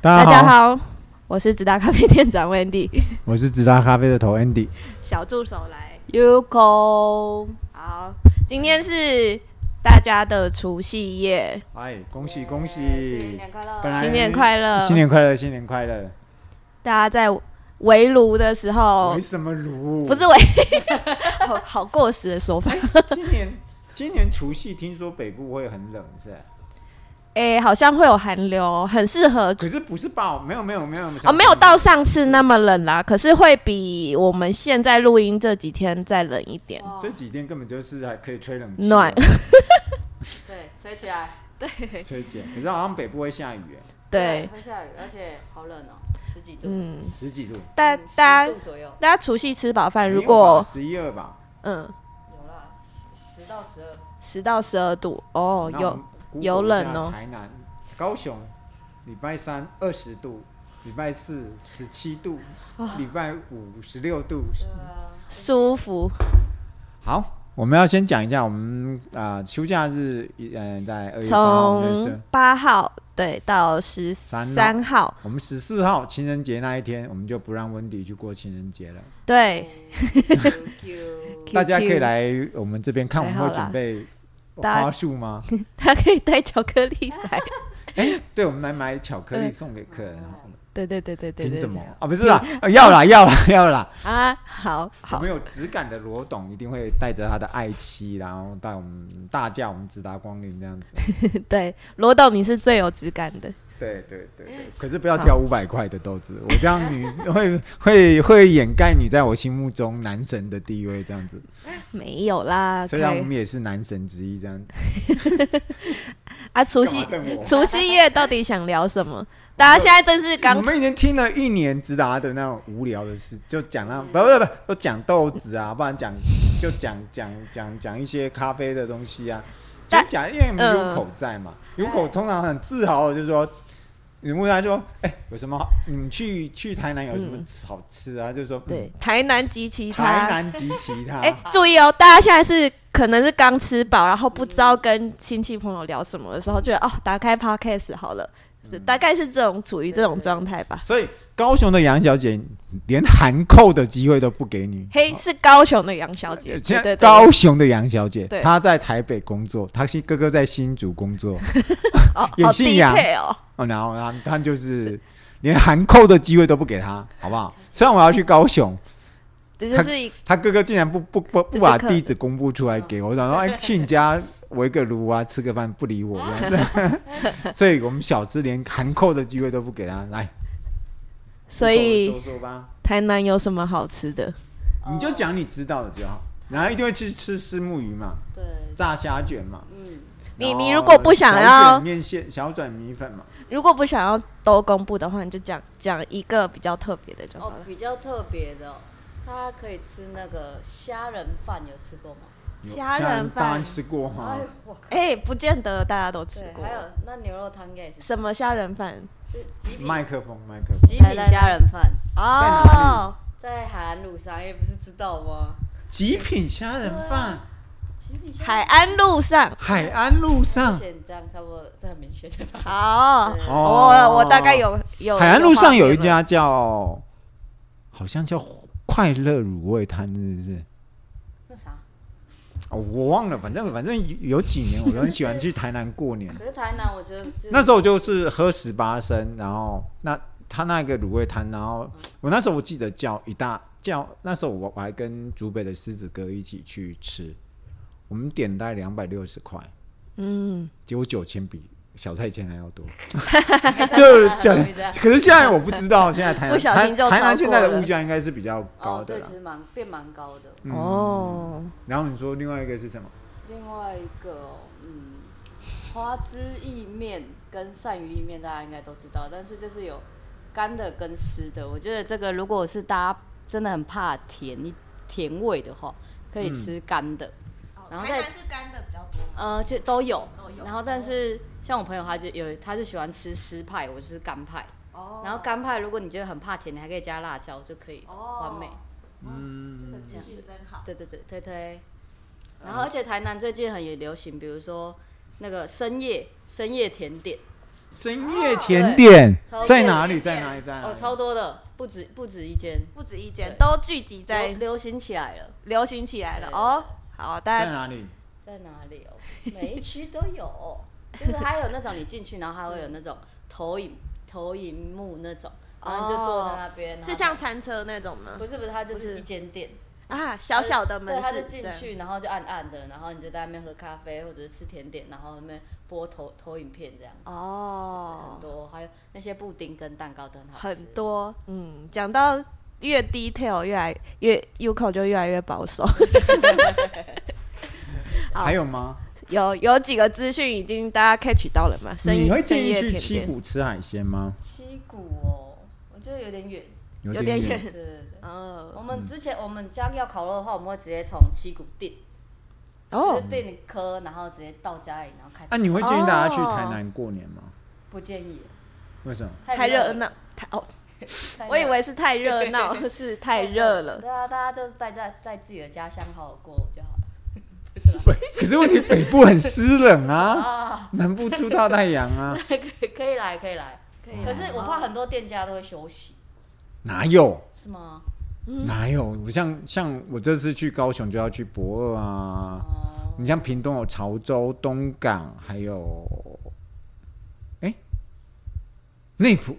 大大家家好，好，我是直达咖啡店长 Wendy，我是直达咖啡的头 Andy。 小助手来。 Uco，好，今天是大家的除夕夜，哎，恭喜恭喜！快本来哦新年快乐！新年快乐，新年快乐！大家在围炉的时候没，什么炉，哦不是围， 好好过时的说法。今年今年除夕听说北部会很冷，是吧？哎、好像会有寒流，很适合可是不是爆，没有没有没有哦，没有到上次那么冷啦，可是会比我们现在录音这几天再冷一点。这几天根本就是还可以吹冷气，暖对，吹起来，吹减。可是好像北部会下雨，哎，对，会下雨，而且好冷哦，十几度，嗯，十几度，大嗯大10家度左右，大家除夕吃饱饭，如果十一二吧，嗯有啦，十十到十二，十到十二度哦，那我有们 Google 有冷一下哦台南、高雄，礼拜三二十度，礼拜四十七度，礼拜五十六度。啊，舒服，好，我们要先讲一下，我们啊、呃休假日，嗯、在二月八号，我们就是从八号对到十三号，我们十四号情人节那一天，我们就不让温迪去过情人节了。对， ，QQ，大家可以来我们这边看，我们太好会了准备大家花束吗？他可以带巧克力来，对，我们来买巧克力送给客人好了。对对对对呃对，凭对什么啊？不是啦，啊要啦要啦要啦！啊？好我好们，有质感的罗董一定会带着他的爱妻，然后带我们大驾我们直达光临这样子。对，罗董你是最有质感的，对对对对，嗯可是不要挑五百块的豆子，我这样你会会会掩盖你在我心目中男神的地位这样子。没有啦，可虽然我以们也是男神之一这样子。啊，除夕干嘛瞪我除夕夜到底想聊什么？大家现在正是我刚们已经听了一年直达的那种无聊的事，就讲嗯那不不不，都讲豆子啊，不然讲就讲讲讲讲一些咖啡的东西啊。就但讲，因为我们嗯有口在嘛，有口通常很自豪的就说，你问他说，哎、有什么好？你去去台南有什么好吃啊？就说嗯对台南及其嗯他台南及其他。哎、注意哦，大家现在是可能是刚吃饱，然后不知道跟亲戚朋友聊什么的时候，觉得哦，打开 podcast 好了，是嗯大概是这种处于这种状态吧。所以高雄的杨小姐连含扣的机会都不给你。嘿，是高雄的杨小姐，呃现对在对对，高雄的杨小姐对，她在台北工作，她是哥哥在新竹工作，哦，有好信低仰配哦，哦，然后她她就是连含扣的机会都不给她，好不好？虽然我要去高雄，这就是一她哥哥竟然不不不这不是把可地址公布出来给我，我想 说哎去你家围个炉啊，吃个饭不理我这样 子，所以我们小吃连含扣的机会都不给她，来，所你跟以我说说吧，台南有什么好吃的？ 你哦就讲你知道的就好，然后一定会去吃虱目鱼嘛，对，炸虾卷嘛。嗯，你然你后如果不想小要卷面线、小转米粉嘛，如果不想要都公布的话，你就讲讲一个比较特别的就好哦了，。比较特别的哦，它可以吃那个虾仁饭，有吃过吗？虾有仁当然饭，吃过哈哎，，我靠，哎、不见得大家都吃对，过。还有那牛肉汤应该也是，什么虾仁饭？这极品麦克风，麦克风，极品虾仁饭，哪哦，在海岸路上，也不是知道吗？极品虾仁饭，极品虾仁海岸路上。海岸路上，显这样差不多，这很明显的吧？好，对哦我我大概有有哦海岸路上有一，画面家了叫，好像叫快乐卤味摊，是不是？那啥，哦，我忘了，反正反正有有几年我都很喜欢去台南过年，可是台南我觉得就那时候就是喝十八升，然后那他那个卤味摊，然后我那时候我记得叫一大叫，那时候我我还跟竹北的狮子哥一起去吃，我们点大概两百六十块，嗯，结果九千比小菜钱还要 多，候就小，可是现在我不知道，现在台不南小台心就台南超过现在的了物价应该是比较高哦，的对，啦其。实蛮变蛮高的。嗯哦，然后你说另外一个是什么？另外一个哦，嗯，花枝意面跟鳝鱼意面大家应该都知道，但是就是有干的跟湿的。我觉得这个如果是大家真的很怕甜，你甜味的话，可以吃嗯干的。然后再哦是干的比较多，呃，其实都有，都有然后但是像我朋友，他就有，他就喜欢吃湿派，我就是干派。哦然后干派，如果你觉得很怕甜，你还可以加辣椒，就可以哦完美。嗯，这样真好，对对对，推推。啊然后而且台南最近很也流行，比如说那个深夜深夜甜点，深哦夜甜点超在哪里？多在哪里？啊在哪哦，里？超多的，不止不止一间，不止一间对都聚集在流流行起来了，流行起来了对哦。好，大在家哪里？在哪里 哦？每一区都有，就是还有那种你进去，然后还会有那种投影投影幕那种，然后你就坐在那边，然后哦是像餐车那种吗？不是不是，它就不是是一间店，啊，小小的门对，它市就进对去，然后就暗暗的，然后你就在那边喝咖啡或者是吃甜点，然后那边播投投影片这样。哦很，多，还有那些布丁跟蛋糕都很好吃。很多。嗯，讲到越 detail 越来越 Uco 就越来越保守。 好还有吗？有有几个资讯已经大家 catch 到了嘛？深夜你会深建议夜去甜七点，股吃海鲜吗？七谷哦，我觉得有点 远。有有点远远对对对。哦我们之前我们家要烤肉的话，我们会直接从七谷订，就哦是订颗，然后直接到家里，然后开啊，始。你会建议大家去哦台南过年吗？不建议，为 什么？太热了，闹，太哦，太热我以为是太热闹， 是太热了。对啊，大家就是待在在自己的家乡好好过就好了。不是啦可是问题北部很湿冷啊，哦啊， 南部出大太阳啊，可以 可以来可以来，以可是我怕很多店家都会休息，哪有是吗？嗯哪有？我像像我这次去高雄就要去博二啊，哦，你像屏东有潮州、东港，还有哎、内埔。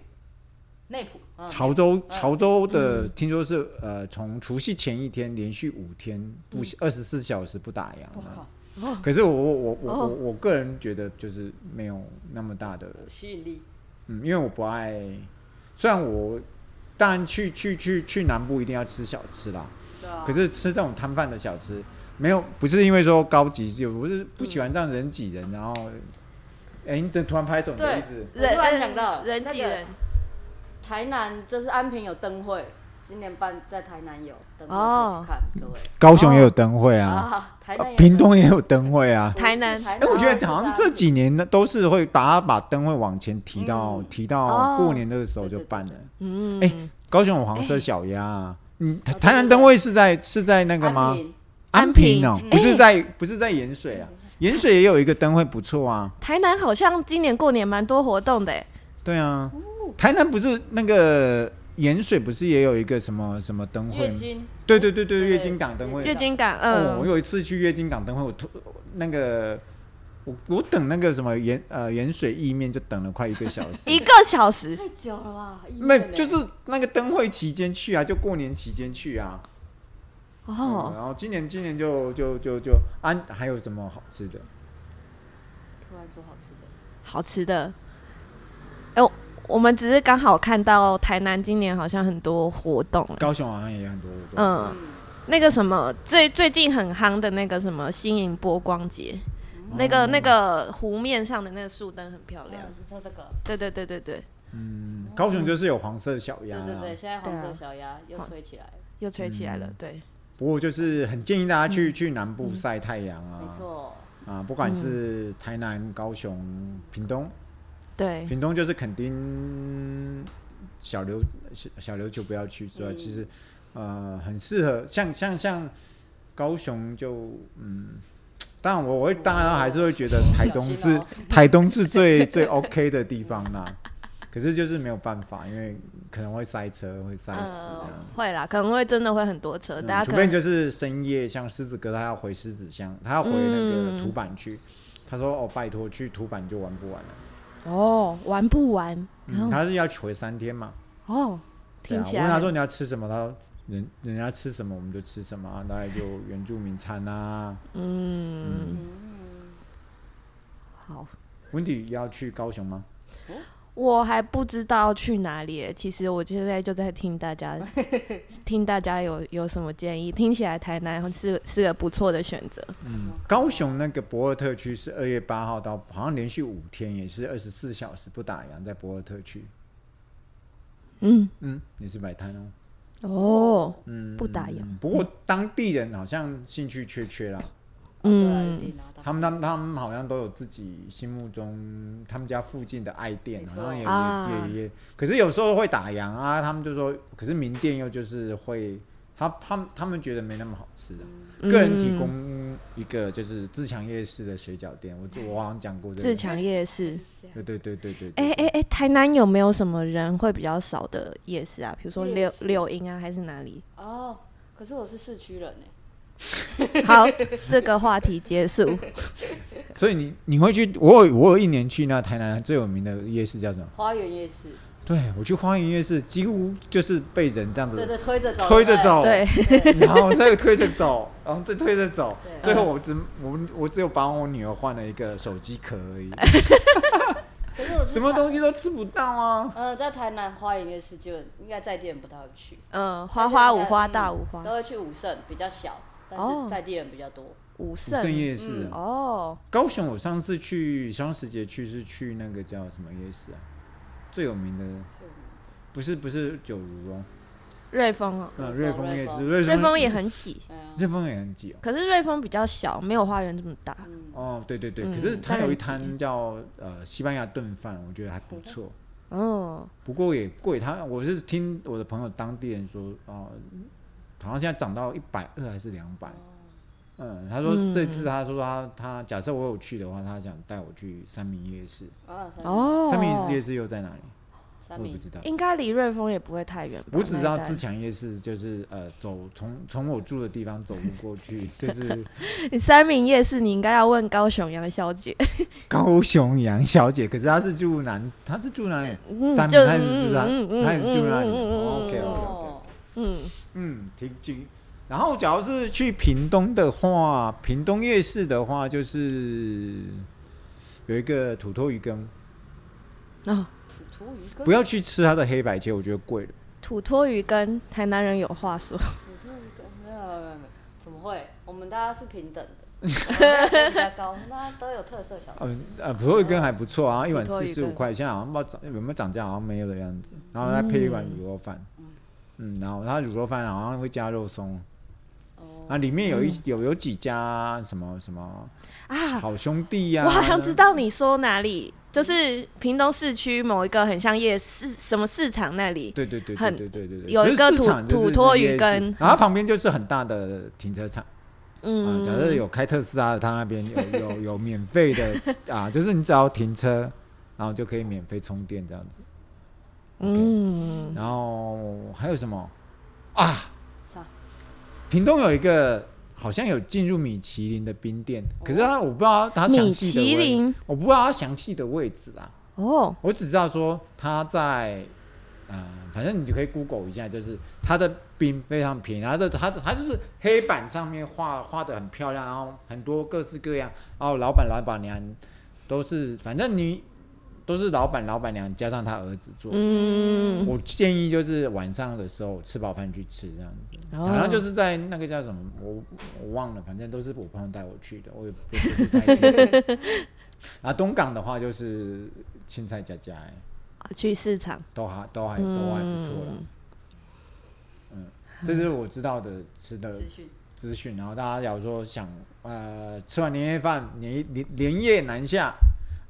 内埔，哦嗯潮州潮嗯州的听说是呃，从除夕前一天连续五天不嗯二十四小时不打我烊靠啊。，可是我我我我哦我我个人觉得就是没有那么大的吸引力嗯，因为我不爱，虽然我当然去去去去南部一定要吃小吃啦，对啊可是吃这种摊贩的小吃，没有不是因为说高级，就我是不喜欢这样人挤人，然后，哎、你这突然拍手，你的对意思？我突然想到了人那挤个人台南就是安平有灯会，今年办在台南有灯会哦可以去看，各位高雄也有灯会啊，啊，台啊南有屏东也有灯会啊。台南哎哎、我觉得好像这几年呢，都是会把把灯会往前提到、嗯提哦到过年那个时候就办了。嗯，哎高雄有黄色小鸭、啊，嗯，台哦对台南对灯对会是在是在那那个吗？安安平平哦，嗯不是在不是在盐水啊，盐水也有一个灯会不错啊，台南好像今年过年蛮多活动的欸，对啊，嗯台南不是那个盐水不是也有一个什么什么灯会月吗？经对对对对，对月经港灯会月。经港，哦，我嗯，有一次去月经港灯会，我突那个我我等那个什么盐呃盐水意面就等了快一个小时，一个小时，太久了吧？意那面呢就是那个灯会期间去啊，就过年期间去啊。嗯哦，然后今年今年就就就就安、还有什么好吃的？突然说好吃的，好吃的。哎、我我们只是刚好看到台南今年好像很多活动，高雄好像也很多活动。嗯，那个什么最最近很夯的那个什么新营波光节，那哦个那个湖面上的那个树灯很漂亮。嗯，你说这个，对对对对对，嗯，高雄就是有黄色小鸭对啦，对对，现在黄对啊色小鸭又好吹起来啊了，又吹起来了，嗯对，不过就是很建议大家去、去南部晒太阳啊，嗯没错，嗯啊，不管是台南、高雄、屏东，对，屏东就是垦丁小琉小小琉球不要去之外，嗯其实呃很适合，像像像高雄就嗯。当然我，我会当然还是会觉得台东小心是、哦台东是 最最 OK 的地方啦，可是就是没有办法，因为可能会塞车，会塞死这样。会啦，可能会真的会很多车，嗯呃嗯、大家除可非能你就是深夜，像狮子哥他要回狮子乡，他要回那嗯个土板去。他说：“哦，拜托，去土板就玩不完了。哦玩不完，然后嗯”、他是要回三天嘛？哦，对听啊。起我来问他很、说：“你要吃什么？”他说：“人人家吃什么我们就吃什么、啊，大概就原住民餐啊。嗯嗯，好。”温迪要去高雄吗？我还不知道去哪里耶，其实我现在就在听大 家，听大家有有什么建议。听起来台南是是个不错的选择。嗯，高雄那个博尔特区是二月八号到，好像连续五天也是二十四小时不打烊，在博尔特区。嗯，嗯，也是摆摊哦。哦，嗯，不打烊嗯不过当地人好像兴趣缺缺啦。嗯，对啊嗯一定拿到他们他们他们好像都有自己心目中他们家附近的爱店，没好错像也、啊也也也，可是有时候会打烊啊，他们就说，可是名店又就是会他他们他们觉得没那么好吃、啊。嗯个人提供一个就是自强夜市的水饺店，我就我好像讲过这哎自个。强夜市。对对对对对。对哎哎哎，台南有没有什么人会比较少的夜市啊？比如说夜柳市柳营啊，还是哪里？哦，可是我是市区人呢。欸好，这个话题结 束。所以你你会去？我有我有一年去那台南最有名的夜市叫什么？花园夜市，对我去花园夜市，几乎就是被人这样对子对，推着走，嗯推着对走，对，然后再推着走，然后再推着走，对最后我只我我只有帮我女儿换了一个手机壳而已，可是我是什么在东西都吃不到啊！呃，在台南花园夜市就应该在地人不太会去，嗯，花花五花嗯大五花都会去武圣，比较小，但哦是在地人比较多。五圣圣夜市，啊哦，高雄我上次去双十节去是去那个叫什么夜市啊？最有名的是不是不是九如哦，瑞丰哦，嗯，瑞瑞丰丰夜瑞市，丰瑞瑞丰丰也很挤，嗯瑞丰也很挤哦。可是瑞丰比较小，没有花园这么大。嗯，哦，对对对，可嗯是它它有一很摊叫呃西班牙炖饭，我觉得还不错，哦，不过也贵。它我是听我的朋友当地人说，哦、好像现在涨到一百二还是两百。嗯，他说这次他说他他假设我有去的话，他想带我去三明夜市。啊，三明哦，三明夜市又在哪里？三我也明不知道。应该离瑞丰也不会太远吧。我只知那道一带自强夜市就是呃走从从我住的地方走路过去， 就是你三明夜市，你应该要问高雄杨小姐。高雄杨小姐，可是她是住南，她是住哪里？嗯三就明她也是住嗯南，嗯她也是住那里。嗯嗯嗯嗯哦 OK 哦 OK OK，嗯，嗯，挺近。然后，假如是去屏东的话，屏东夜市的话，就是有一个土托鱼羹，哦，土土鱼羹，不要去吃它的黑白切，我觉得贵了。土托鱼跟台南人有话说， 土土鱼羹，没有没有没有，没有怎么会？我们大家是平等的， 我们大家谁比较高，我们大家都有特色小吃嗯。呃，土托鱼羹还不错啊，一碗嗯土托四鱼十五羹块，现在好像不知道涨有没有涨价，好像没有的样子。然后再配一碗卤肉饭，嗯，然后它卤肉饭好像会加肉松，哦，啊，里面有一有有几家什么什么嗯啊好兄弟呀、我好像知道你说哪里，就是屏东市区某一个很像夜市什么市场那里。对对对对很对对对对，有可是一个市土场就是土托夜鱼市羹然后旁边就是很大的停车场、啊。嗯，假设有开特斯拉的，他那边有有有免费 的啊，就是你只要停车，然后就可以免费充电这样子。嗯，然后还有什么？啥？屏东有一个好像有进入米其林的冰店，可是他我不知道他详米细的其位林我不知道他详细的位置啊。哦，我只知道说它在，呃，反正你就可以 Google 一下，就是它的冰非常便宜，它的它的它就是黑板上面画画的很漂亮，然后很多各式各样，然后老板老板娘都是，反正你都是老板老板娘加上他儿子做。嗯，我建议就是晚上的时候吃饱饭去吃这样子，哦好像就是在那个叫什么，我我忘了，反正都是我朋友带我去的，我也不不不太清楚。 啊，东港的话就是青菜加加、欸，去市场，都还都还都还不错了。嗯，这是我知道的吃的资讯资讯。然后大家假如说想呃吃完年夜饭，年连连夜南下，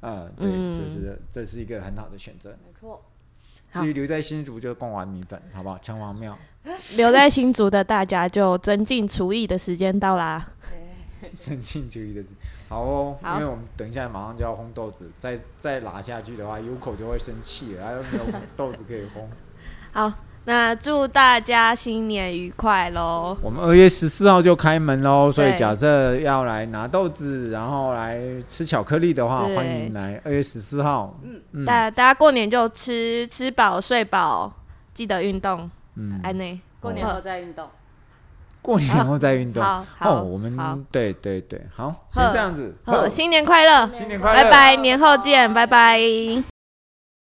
呃，对，嗯就是这是一个很好的选择。没错，好至于留在新竹就贡丸米粉，好不好？城隍庙，留在新竹的大家就增进厨艺的时间到啦。哎 真进主义的是好哦，好因为我们等一下马上就要烘豆子，再再拿下去的话，有口就会生气了，然后没有豆子可以 烘。好，那祝大家新年愉快喽！我们二月十四号就开门喽，所以对假设要来拿豆子，然后来吃巧克力的话，对欢迎来二月十四号。嗯大大家过年就吃吃饱睡饱，记得运动，嗯，安内过年哦后再运动。过年后再运动。好好哦，我好们对对对，好，呵先这样子。好，呵新年快乐，新年快乐，拜拜，年后见，拜拜。